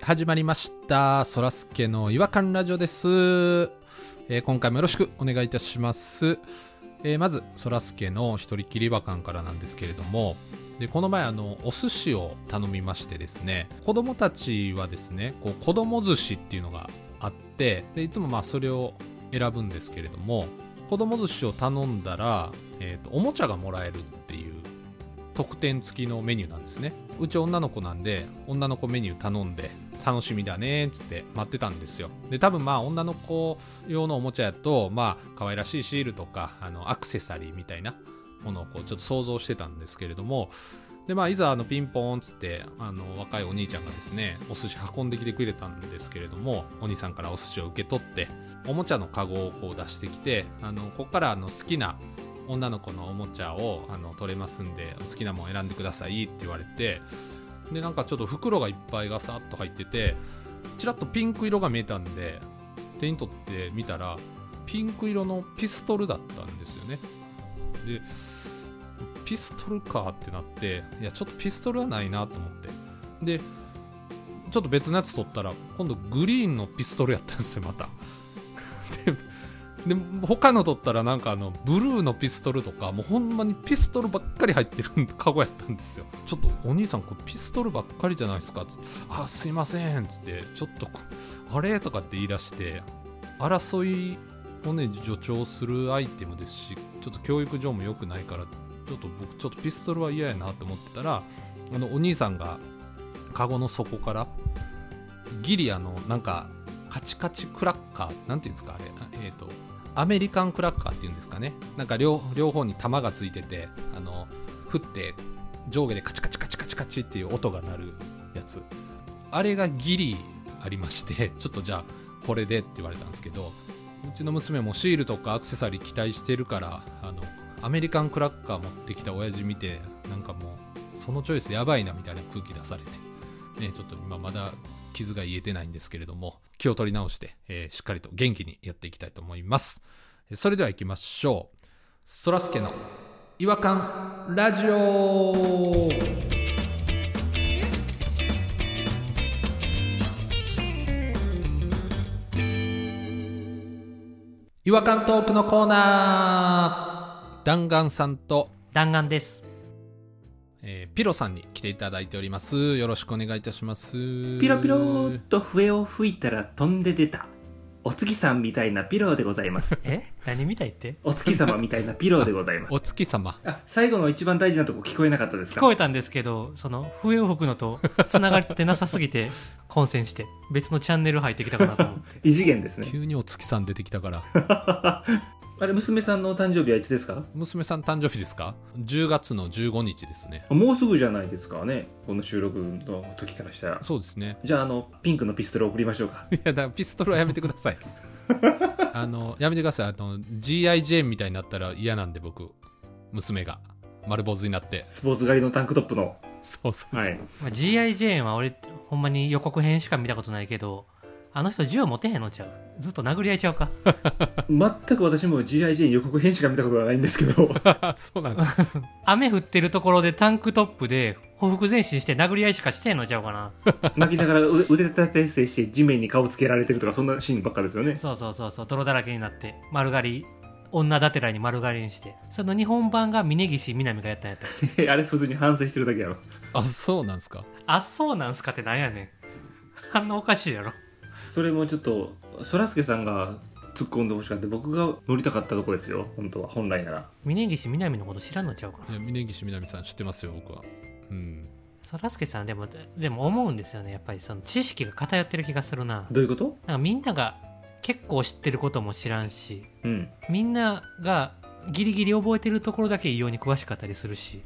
始まりました。そらすけの違和感ラジオです。えー今回もよろしくお願いいたします。えーまず、そらすけの一人きり違和感からなんですけれども、で、この前、あの、お寿司を頼みましてですね、子供たちはですね、こう、子供寿司っていうのがあって、で、いつもまあ、それを選ぶんですけれども、子供寿司を頼んだら、えっ、と、おもちゃがもらえるっていう特典付きのメニューなんですねうち女の子なんで女の子メニュー頼んで楽しみだねっつって待ってたんですよで多分まあ女の子用のおもちゃやとまあ可愛らしいシールとかあのアクセサリーみたいなものをこうちょっと想像してたんですけれどもでまあいざあのピンポーンっつってあの若いお兄ちゃんがですねお寿司運んできてくれたんですけれどもお兄さんからお寿司を受け取っておもちゃのカゴをこう出してきてあのここからあの好きな女の子のおもちゃをあの取れますんで好きなもん選んでくださいって言われてでなんかちょっと袋がいっぱいがさっと入っててちらっとピンク色が見えたんで手に取ってみたらピンク色のピストルだったんですよねでピストルかってなっていやちょっとピストルはないなと思ってでちょっと別のやつ取ったら今度グリーンのピストルやったんですよまたでで他の取ったらなんかあのブルーのピストルとかもうほんまにピストルばっかり入ってるカゴやったんですよちょっとお兄さんこれピストルばっかりじゃないですかつってあすいませんっつってちょっとこあれとかって言い出して争いをね助長するアイテムですしちょっと教育上も良くないからちょっと僕ちょっとピストルは嫌やなと思ってたらあのお兄さんがカゴの底からギリあのなんかカチカチクラッカーなんていうんですかあれえっ、とアメリカンクラッカーっていうんですかねなんか両両方に玉がついててあの振って上下でカチカチカチカチカチっていう音が鳴るやつあれがギリありましてちょっとじゃあこれでって言われたんですけどうちの娘もシールとかアクセサリー期待してるからあのアメリカンクラッカー持ってきた親父見てなんかもうそのチョイスやばいなみたいな空気出されてね、ちょっと今まだ傷が癒えてないんですけれども、気を取り直して、えーしっかりと元気にやっていきたいと思います。えーそれでは行きましょう。そらすけの違和感ラジオ違和感トークのコーナー弾丸さんと弾丸です。えーピロさんに来ていただいております。よろしくお願いいたします。ピロピローっと笛を吹いたら飛んで出た。お月さんみたいなピローでございます。え何みたいってお月様みたいなピローでございます。お月様。あ、最後の一番大事なとこ聞こえなかったです聞かこえたんですけどその笛を吹くのと繋がってなさすぎて 混戦して別のチャンネル入ってきたかなと思って 異次元ですね。急にお月さん出てきたから。あれ、娘さんのお誕生日はいつですか娘さん誕生日ですか ?10 月の15日ですね。あもうすぐじゃないですかね。この収録の時からしたら。そうですね。じゃあ、あの、ピンクのピストル送りましょうか。いや、だからピストルはやめてくださ い。あの、やめてください。あの、GI ジェーンみたいになったら嫌なんで、僕。娘が。丸坊主になって。スポーツ狩りのタンクトップの。そうそうそう。はい。まあ G.I. ジェーンは俺ほんまに予告編しか見たことないけどあの人銃持てへんのちゃうずっと殴り合いちゃうか全く私も GIJ 予告編しか見たことがないんですけど。 そうなんですよ。雨降ってるところでタンクトップで報復前進して殴り合いしかしてへんのちゃうかな泣きながら腕腕立て伏せして地面に顔つけられてるとかそんなシーンばっかですよね そうそうそうそう泥だらけになって丸刈り女だてらに丸刈りにしてその日本版が峯岸みなみがやったんやったあれ普通に反省してるだけやろあ、そうなんですか。あそうなんすかってなんやねん 反応おかしいやろそれもちょっとそらすけさんが突っ込んでほしかった僕が乗りたかったとこですよ本当は本来なら峯岸みなみのこと知らんのちゃうかなやい峯岸みなみさん知ってますよ、僕は。うん。そらすけさんでもでも思うんですよねやっぱりその知識が偏ってる気がするなどういうことなんかみんなが結構知ってることも知らんしうんみんながギリギリ覚えてるところだけ異様に詳しかったりする し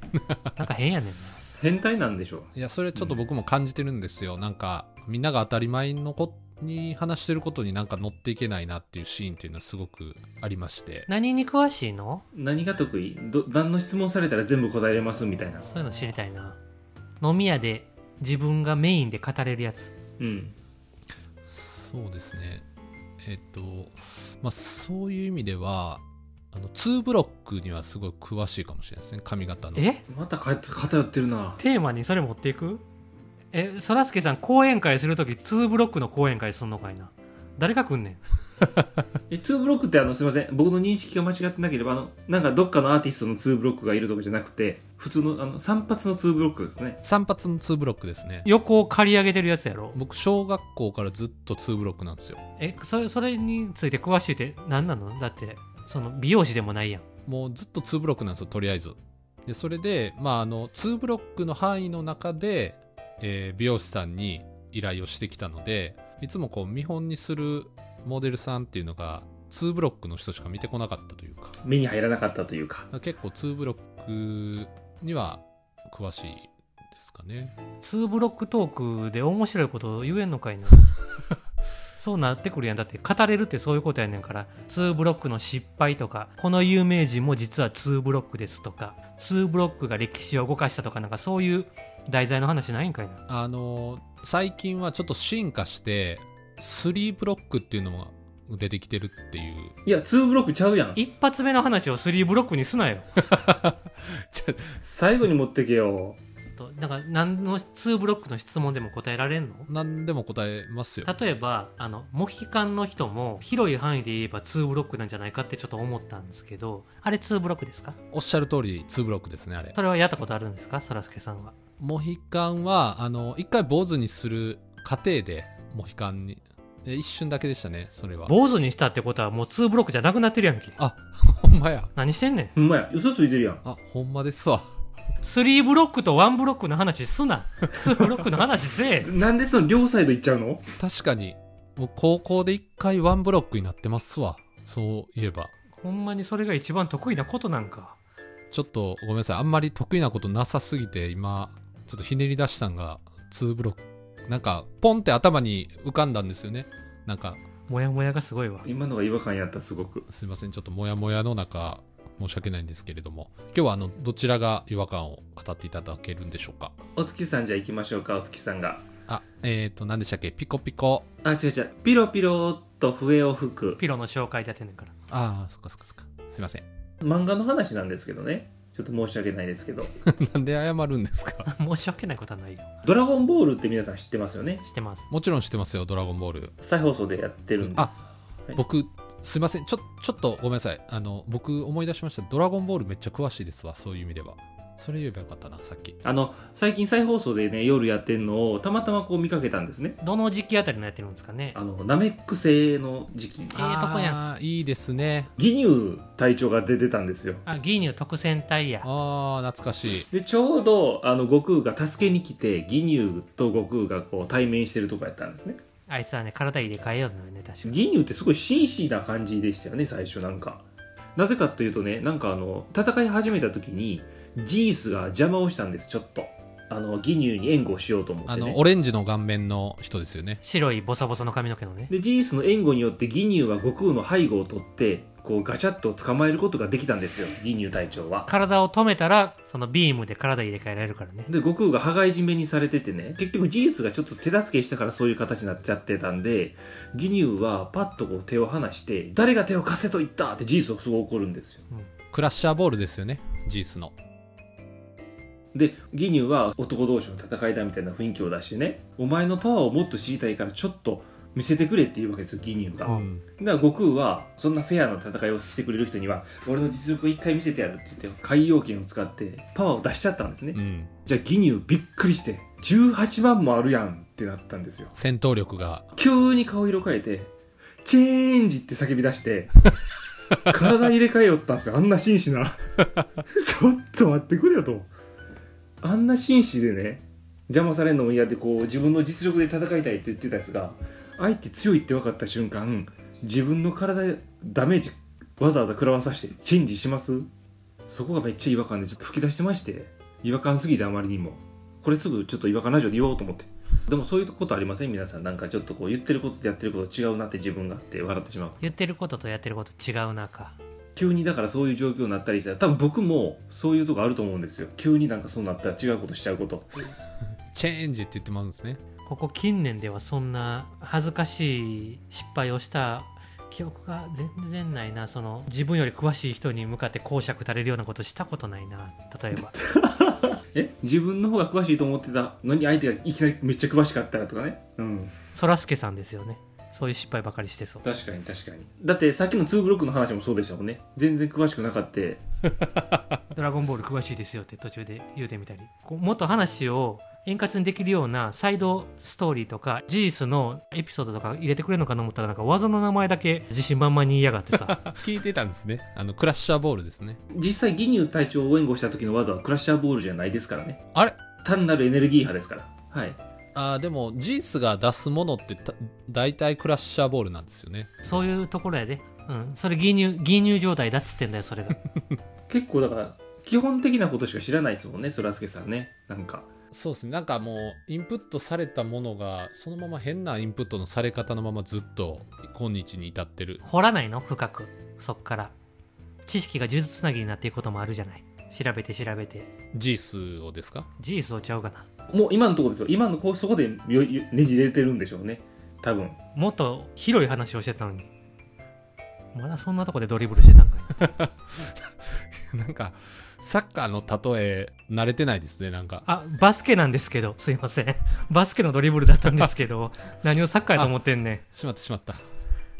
なんか変やねんな変態なんでしょういや、それちょっと僕も感じてるんですよ。なんか、みんなが当たり前のこに話してることになんか乗っていけないなっていうシーンっていうのはすごくありまして。何に詳しいの何が得意ど何の質問されたら全部答えれますみたいなそういうの知りたいな飲み屋で自分がメインで語れるやつうんそうですね。えっと、まあ、そういう意味では、あの、2ブロックにはすごい詳しいかもしれないですね。髪型の。えまたか偏ってるなテーマにそれ持っていくえそらすけさん講演会するとき2ブロックの講演会すんのかいな誰が来んねんえ、2ブロックってあの、すいません。僕の認識が間違ってなければ、あの、なんかどっかのアーティストの2ブロックがいるとかじゃなくて、普通の、あの、散髪の2ブロックですね。 3発の2ブロックですね横を刈り上げてるやつやろ僕小学校からずっと2ブロックなんですよえそれそれについて詳しいって何なのだってその美容師でもないやんもうずっと2ブロックなんですよとりあえずでそれで、まあ、あの2ブロックの範囲の中で、えー美容師さんに依頼をしてきたのでいつもこう見本にするモデルさんっていうのが2ブロックの人しか見てこなかったというかだか目に入らなかったというか。ら結構2ブロックには詳しいですかね2ブロックトークで面白いこと言えんのかい なそうなってくるやんだって語れるってそういうことやねんから2ブロックの失敗とかこの有名人も実は2ブロックですとか2ブロックが歴史を動かしたとかなんかそういう題材の話ないんかいなあの最近はちょっと進化して3ブロックっていうのも出てきてるっていういや、2ブロックちゃうやん。一発目の話を3ブロックにすなよ最後に持ってけよ。となんか何の2ブロックの質問でも答えられんの何でも答えますよ例えばあのモヒカンの人も広い範囲で言えば2ブロックなんじゃないかってちょっと思ったんですけどあれ2ブロックですかおっしゃる通り2ブロックですねあれそれはやったことあるんですかそらすけさんはモヒカンはあの一回坊主にする過程でモヒカンにで一瞬だけでしたねそれは坊主にしたってことはもう2ブロックじゃなくなってるやんけあほんまや何してんねんほんまや、嘘ついてるやん。あほんまですわ3ブロックと1ブロックの話すな2ブロックの話せえなんでその両サイド行っちゃうの確かにもう高校で一回ワンブロックになってますわそういえばほんまにそれが一番得意なことなんかちょっとごめんなさいあんまり得意なことなさすぎて今ちょっとひねり出したんが2ブロックなんかポンって頭に浮かんだんですよねなんかモヤモヤがすごいわ今のが違和感やった、すごく。すいませんちょっとモヤモヤの中申し訳ないんですけれども今日はあのどちらが違和感を語っていただけるんでしょうかお月さんじゃあ行きましょうか、お月さんが。あえっ、ー、と何でしたっけピコピコあ、違う違う。ピロピロっと笛を吹く。ピロの紹介だってんねんからああそっかそっかそっかすいません 漫画の話なんですけどね。ちょっと申し訳ないですけど。なんで謝るんですか申し訳ないことはないよドラゴンボールって皆さん知ってますよね。してますもちろん知ってますよドラゴンボール再放送でやってるんです。あ僕すいませんちょちょっとごめんなさいあの僕思い出しましたドラゴンボールめっちゃ詳しいですわそういう意味ではそれ言えばよかったなさっきあの、最近再放送でね、夜やってんのをたまたまこう見かけたんですね。どの時期あたりのやってるんですかねあの、ナメック星の時期。ええとこやんあーいいですねギニュー隊長が出てたんですよ。あギーニュー特選隊やあー懐かしいで、ちょうど、あの、悟空が助けに来て、ギニューと悟空がこう対面してるとこやったんですね。あいつはね体入れ替えようのよね確かギニューってすごい紳士な感じでしたよね最初なんかなぜかというとねなんかあの戦い始めた時にジースが邪魔をしたんですちょっとあのギニューに援護しようと思っあてのねオレンジの顔面の人ですよね白いボサボサの髪の毛のねでジースの援護によってギニューは悟空の背後を取ってこうガチャッと捕まえることができたんですよギニュー隊長は体を止めたらそのビームで体入れ替えられるからねで悟空が羽交い締めにされててね結局ジースがちょっと手助けしたからそういう形になっちゃってたんでギニューはパッとこう手を離して「誰が手を貸せと言った!」ってジースをすごい怒るんですよクラッシャーボールですよねジースのでギニューは男同士の戦いだみたいな雰囲気を出してねお前のパワーをもっと知りたいからちょっと見せてくれって言うわけですよギニューが、うんだから悟空はそんなフェアな戦いをしてくれる人には俺の実力を一回見せてやるって言って海洋圏を使ってパワーを出しちゃったんですね、うんじゃあギニューびっくりして18万もあるやんってなったんですよ戦闘力が急に顔色変えてチェンジって叫び出して体入れ替えよったんですよあんな紳士なちょっと待ってくれよとあんな紳士でね邪魔されるのも嫌でこう自分の実力で戦いたいって言ってたやつが相手強いって分かった瞬間自分の体でダメージわざわざ食らわさしてチェンジしますそこがめっちゃ違和感でちょっと吹き出してまして違和感すぎてあまりにもこれすぐちょっと違和感ラジオで言おうと思ってでもそういうことありません皆さんなんかちょっとこう言ってることとやってること違うなって自分があって笑ってしまう言ってることとやってること違う中急にだからそういう状況になったりしたら多分僕もそういうとこあると思うんですよ急になんかそうなったら違うことしちゃうことチェンジって言ってもらうんですねここ近年ではそんな恥ずかしい失敗をした記憶が全然ないなその自分より詳しい人に向かって講釈垂れるようなことしたことないな例えばえ自分の方が詳しいと思ってたのに相手がいきなりめっちゃ詳しかったらとかねうんそらすけさんですよねそういう失敗ばかりしてそう確かに確かにだってさっきの2ブロックの話もそうでしたもんね全然詳しくなかった「ドラゴンボール詳しいですよ」って途中で言うてみたりこうもっと話を円滑にできるようなサイドストーリーとかジースのエピソードとか入れてくれるのかと思ったらなんか技の名前だけ自信満々に言いやがってさ 聞いてたんですね。あの、クラッシャーボールですね。実際ギニュー隊長を援護した時の技はクラッシャーボールじゃないですからねあれ単なるエネルギー派ですからはいあーでも、ジースが出すものってた大体クラッシャーボールなんですよね。 そういうところやでうんそれ牛乳牛乳状態だっつってんだよそれが結構だから基本的なことしか知らないですもんねそらすけさんねなんかそうですね。なんかもう、インプットされたものが、そのまま変なインプットのされ方のままずっと、今日に至ってる。掘らないの深くそっから知識が呪術つなぎになっていくこともあるじゃない調べて調べてジースをですか ジースをちゃうかなもう今のところですよ今のこうそこでよよねじれてるんでしょうね多分もっと広い話をしてたのにまだそんなとこでドリブルしてたんかいなんか、サッカーの例え、慣れてないですね、なんか。あ、バスケなんですけど、すいません。バスケのドリブルだったんですけ ど、何をサッカーやと思ってんねん。しまってしまった。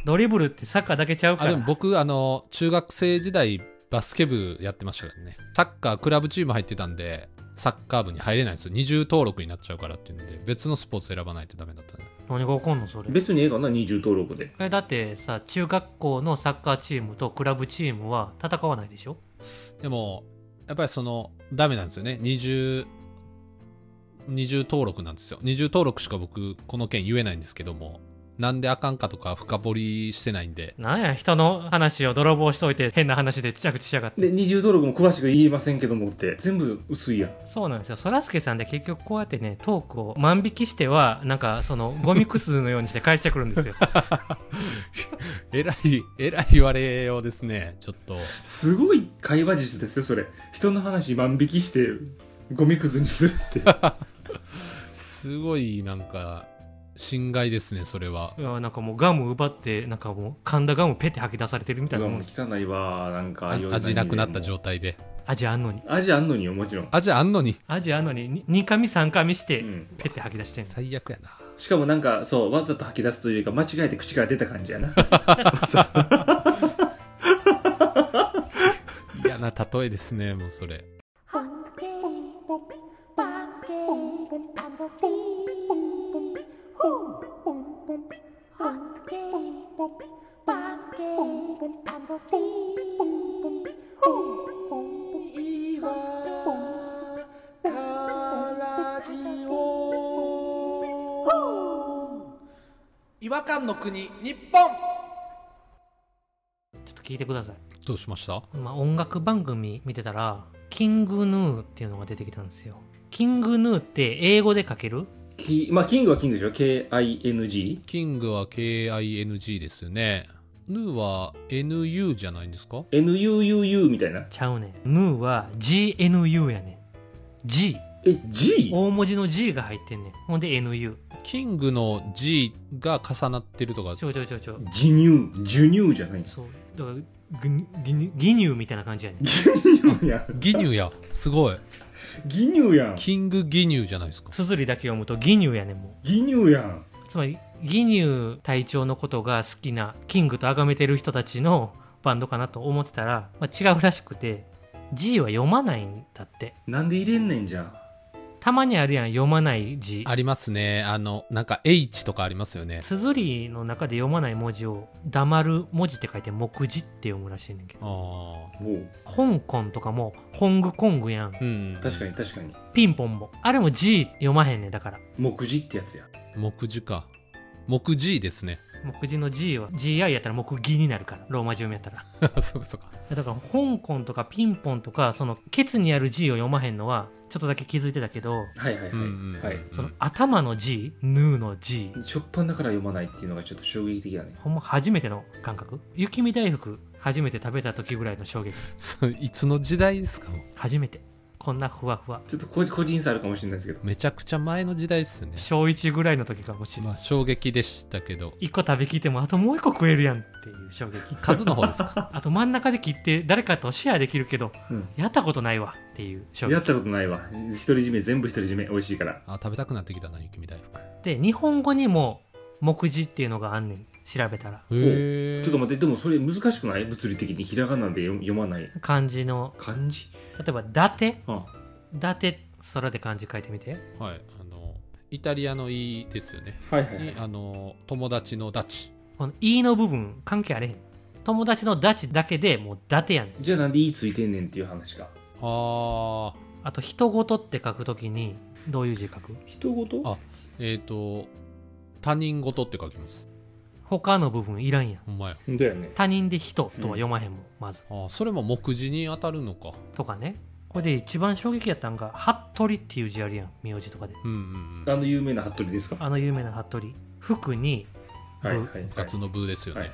ドリブルってサッカーだけちゃうかあ、でもら。僕、あの、中学生時代、バスケ部やってましたからね。サッカー、クラブチーム入ってたんで、サッカー部に入れないんですよ。二重登録になっちゃうからっていうんで、別のスポーツ選ばないとダメだったね。何が起こんのそれ。別にええかな二重登録でえ、だってさ、中学校のサッカーチームとクラブチームは戦わないでしょでも、やっぱりその、ダメなんですよね。二重、二重登録なんですよ。二重登録しか僕、この件言えないんですけども、なんであかんかとか深掘りしてないんで、なんや、人の話を泥棒しといて変な話で着地しやがって。で二重登録も詳しく言いませんけどもって全部薄いやんそうなんですよ。そらすけさんで結局こうやってね、トークを万引きしては、なんかその、ゴミくすのようにして返してくるん ですよ。えらい、えらい言われようですね。ちょっと。すごい会話術ですよそれ人の話万引きしてゴミくずにす るってすごいなんか侵害ですねそれはいや、なんかもうガム奪って、なんかもう噛んだガムペって吐き出されてるみたいなももんうです。汚いわなんかあ味なくなった状態態で味あんのに。味あんのによもちろん、味あんのに味あんのにに2紙3紙しうてん、ペッて吐き出してんの最悪やなしかもなんかそうわざと吐き出すというよりか間違えて口から出た感じやな 嫌な例えですねもうそれ Hunky, 違和感の国日本ちょっと聞いてくださどうしましたい、まあ、音楽番組見てたらキングヌーっていうのが出てきたんですよキングヌーって英語で書けるきまあキングはキングでしょ KING キングは KING ですよねヌーは NU じゃないんですか NUUU みたいなちゃうねんヌーは GNU やねん G え G? 大文字の G が入ってんねんほんで NU キングの G が重なってるとかちょちょちょちょ授乳授乳じゃないんですそうだからギニギニギニューみたいな感じやねん授乳やんギニューやすごい義乳やんキングギニューじゃないですか綴りだけ読むとギニューやねんもう義乳やんつまりギニュー隊長のことが好きなキングと崇めてる人たちのバンドかなと思ってたら、まあ、違うらしくて G は読まないんだってなんで入れんねんじゃんたまにあるやん読まない字ありますねあのなんか H とかありますよね綴りの中で読まない文字を黙る文字って書いて目字って読むらしいねんけどあもう香港とかもホングコングやんあうん確かに確かにピンポンもあれも G 読まへんねんだから目次ってやつや目次か目 G ですね 目字の G は GI やったら目義になるからローマ字読みやったらそうかそうかだから香港とかピンポンとかそのケツにある G を読まへんのはちょっとだけ気づいてたけどはいはいはい、うんうんうんはいその頭の G ヌーの G しょっぱなから読まないっていうのがちょっと衝撃的だねほんま初めての感覚雪見大福初めて食べた時ぐらいの衝撃そういつの時代ですかもう初めてこんなふわふわちょっと個個人差あるかもしれないですけどめちゃくちゃ前の時代っすね小1ぐらいの時かもしれないまあ衝撃でしたけど1個食べきってもあともう1個食えるやんっていう衝撃数の方ですか あと真ん中で切って誰かとシェアできるけど、うんやったことないわっていう商品やったことないわ独り占め全部独り占め美味しいからあ、食べたくなってきたな、雪見大福。で日本語にも目次っていうのがあんねん調べたらへえ。ちょっと待ってでもそれ難しくない物理的にひらがなで読読まない漢字の漢字例えば「伊達あ」 「伊達」空で漢字書いてみてはい、あの、イタリアのいですよね。はいはに、あの、友達のダチ。この「い」の部分関係あれへん友達の「ダチ」だけでもう「伊達」やねんじゃあなんで「い」ついてんねんっていう話かあー、あと「人事」って書くときにどういう字書く人事あえっ、と、他人事って書きます。他の部分いらんやんほんまや。だよね他人で「人」とは読まへんもん、まずあーそれも目次に当たるのか。とかねこれで一番衝撃やったんが「服部」っていう字あるやん名字とかでうんうんうあん。の有名な服部ですかあの有名な服部服にはいはいはい部活の部ですよね。はい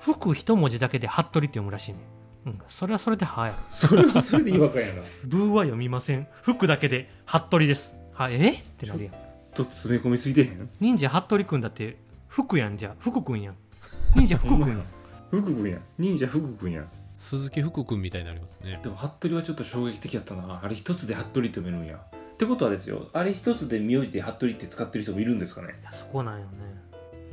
服一文字だけで服部って読むらしいねんうんそれはそれではやそれはそれで違和感やなブーは読みません服だけで服部ですはえってなるやんちょっと詰め込みすぎてへん忍者服部くんだって服やんじゃ服くんやん忍者服くんや ん福君や忍者福君や鈴木福君みたいになります ね。でも服部はちょっと衝撃的やったなあれ一つで服部って読めるんやってことはですよあれ一つで名字で服部って使ってる人もいるんですかねいやそこなんよね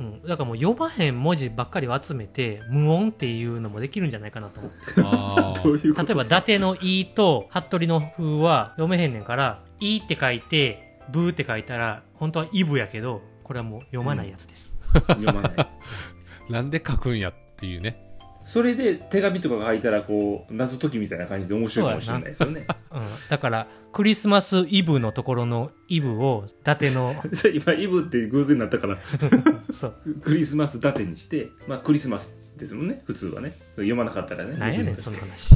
うん、だからもう読まへん文字ばっかりを集めて無音っていうのもできるんじゃないかなと思ってあーいう例えば伊達の「い」と服部の「風は読めへんねんから「い」って書いて「ブー」って書いたら本当は「イブ」やけどこれはもう読まないやつです、読まないなんで書くんやっていうね。 それで手紙とかが書いたらこう謎解きみたいな感じで面白いかもしれないですよねうん、だからクリスマスイブのところの「イブ」を伊達の 今イブって偶然になったからそうクリスマスだてにしてまあクリスマスですもんね普通はね読まなかったらねなんやねんその話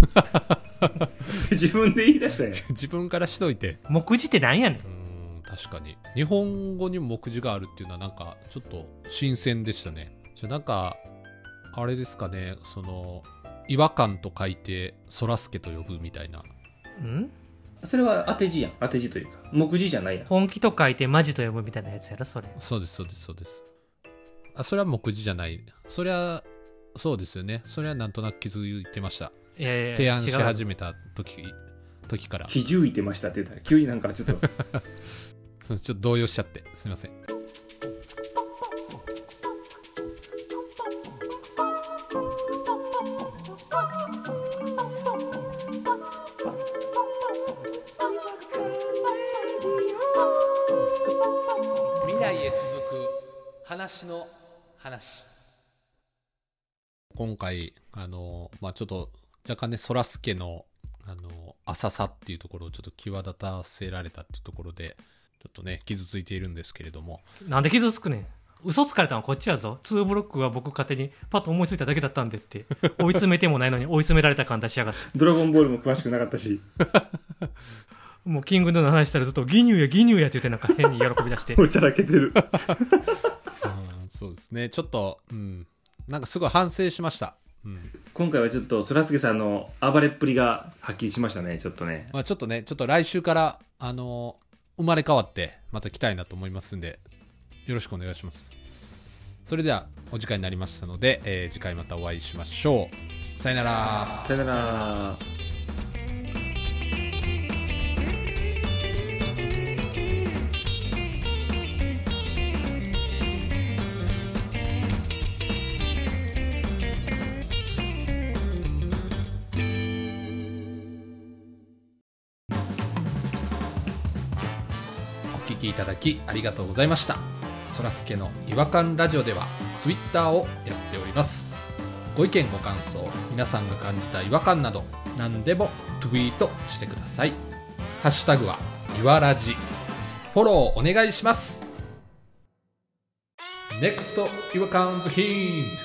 自分で言い出したんや自分からしといて。目次ってなんやねんうーん、確かに。日本語にも目次があるっていうのはなんかちょっと新鮮でしたね。じゃあなんか、あれですかね、その、違和感と書いて、そらすけと呼ぶみたいな。うん それは当て字やん当て字というか目次じゃないやん本気と書いてマジと読むみたいなやつやろそれそうです、そうです、そうです。あ、それは目次じゃない。そりゃ、そうですよね。それはなんとなく気づいてました。いやいやいや提案し違う始めた時、時から。比重いてましたって言ったら急になんかちょっとそうちょっと動揺しちゃって、すみません。未来へ続く話の話今回、あの、まあ、ちょっと、若干ね、そらすけの、あの、浅さっていうところをちょっと際立たせられたっていうところで、ちょっとね、傷ついているんですけれども、なんで傷つくねん嘘つかれたのはこっちやぞ2ブロックは僕勝手にパッと思いついただけだったんでって 追い詰めてもないのに追い詰められた感出しやがってドラゴンボールも詳しくなかったしもうキングヌーの話したらずっとギニューやギニューやって言ってなんか変に喜び出して おちゃらけてるうんそうですね、ちょっと、うん、なんかすごい反省しました。うん。 今回はちょっとそらすけさんの暴れっぷりがはっきりしましたねちょっとねまあ、ちょっとね、ちょっと来週から、あの生まれ変わって、また来たいなと思いますんで、よろしくお願いします。それでは、お時間になりましたので、えー次回またお会いしましょう。さよなら。さよならお聞きいただきありがとうございましたそらすけの違和感ラジオではツイッターをやっておりますご意見ご感想皆さんが感じた違和感など何でもツイートしてくださいハッシュタグはいわらじフォローお願いします NEXT 違和感ズヒント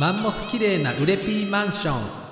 マンモス綺麗なウレピーマンション